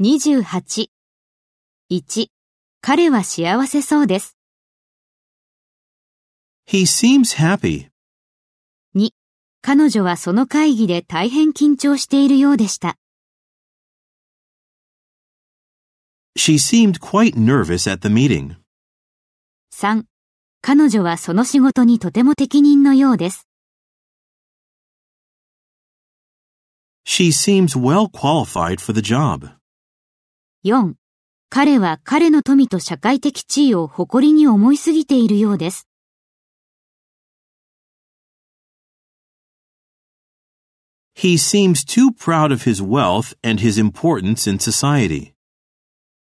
28。1. 彼は幸せそうです。 He seems happy. 2. 彼女はその会議で大変緊張しているようでした。 She seemed quite nervous at the meeting. 3. 彼女はその仕事にとても適任のようです。 She seems well qualified for the job. 4. 彼は彼の富と社会的地位を誇りに思いすぎているようです。 He seems too proud of his wealth and his importance in society.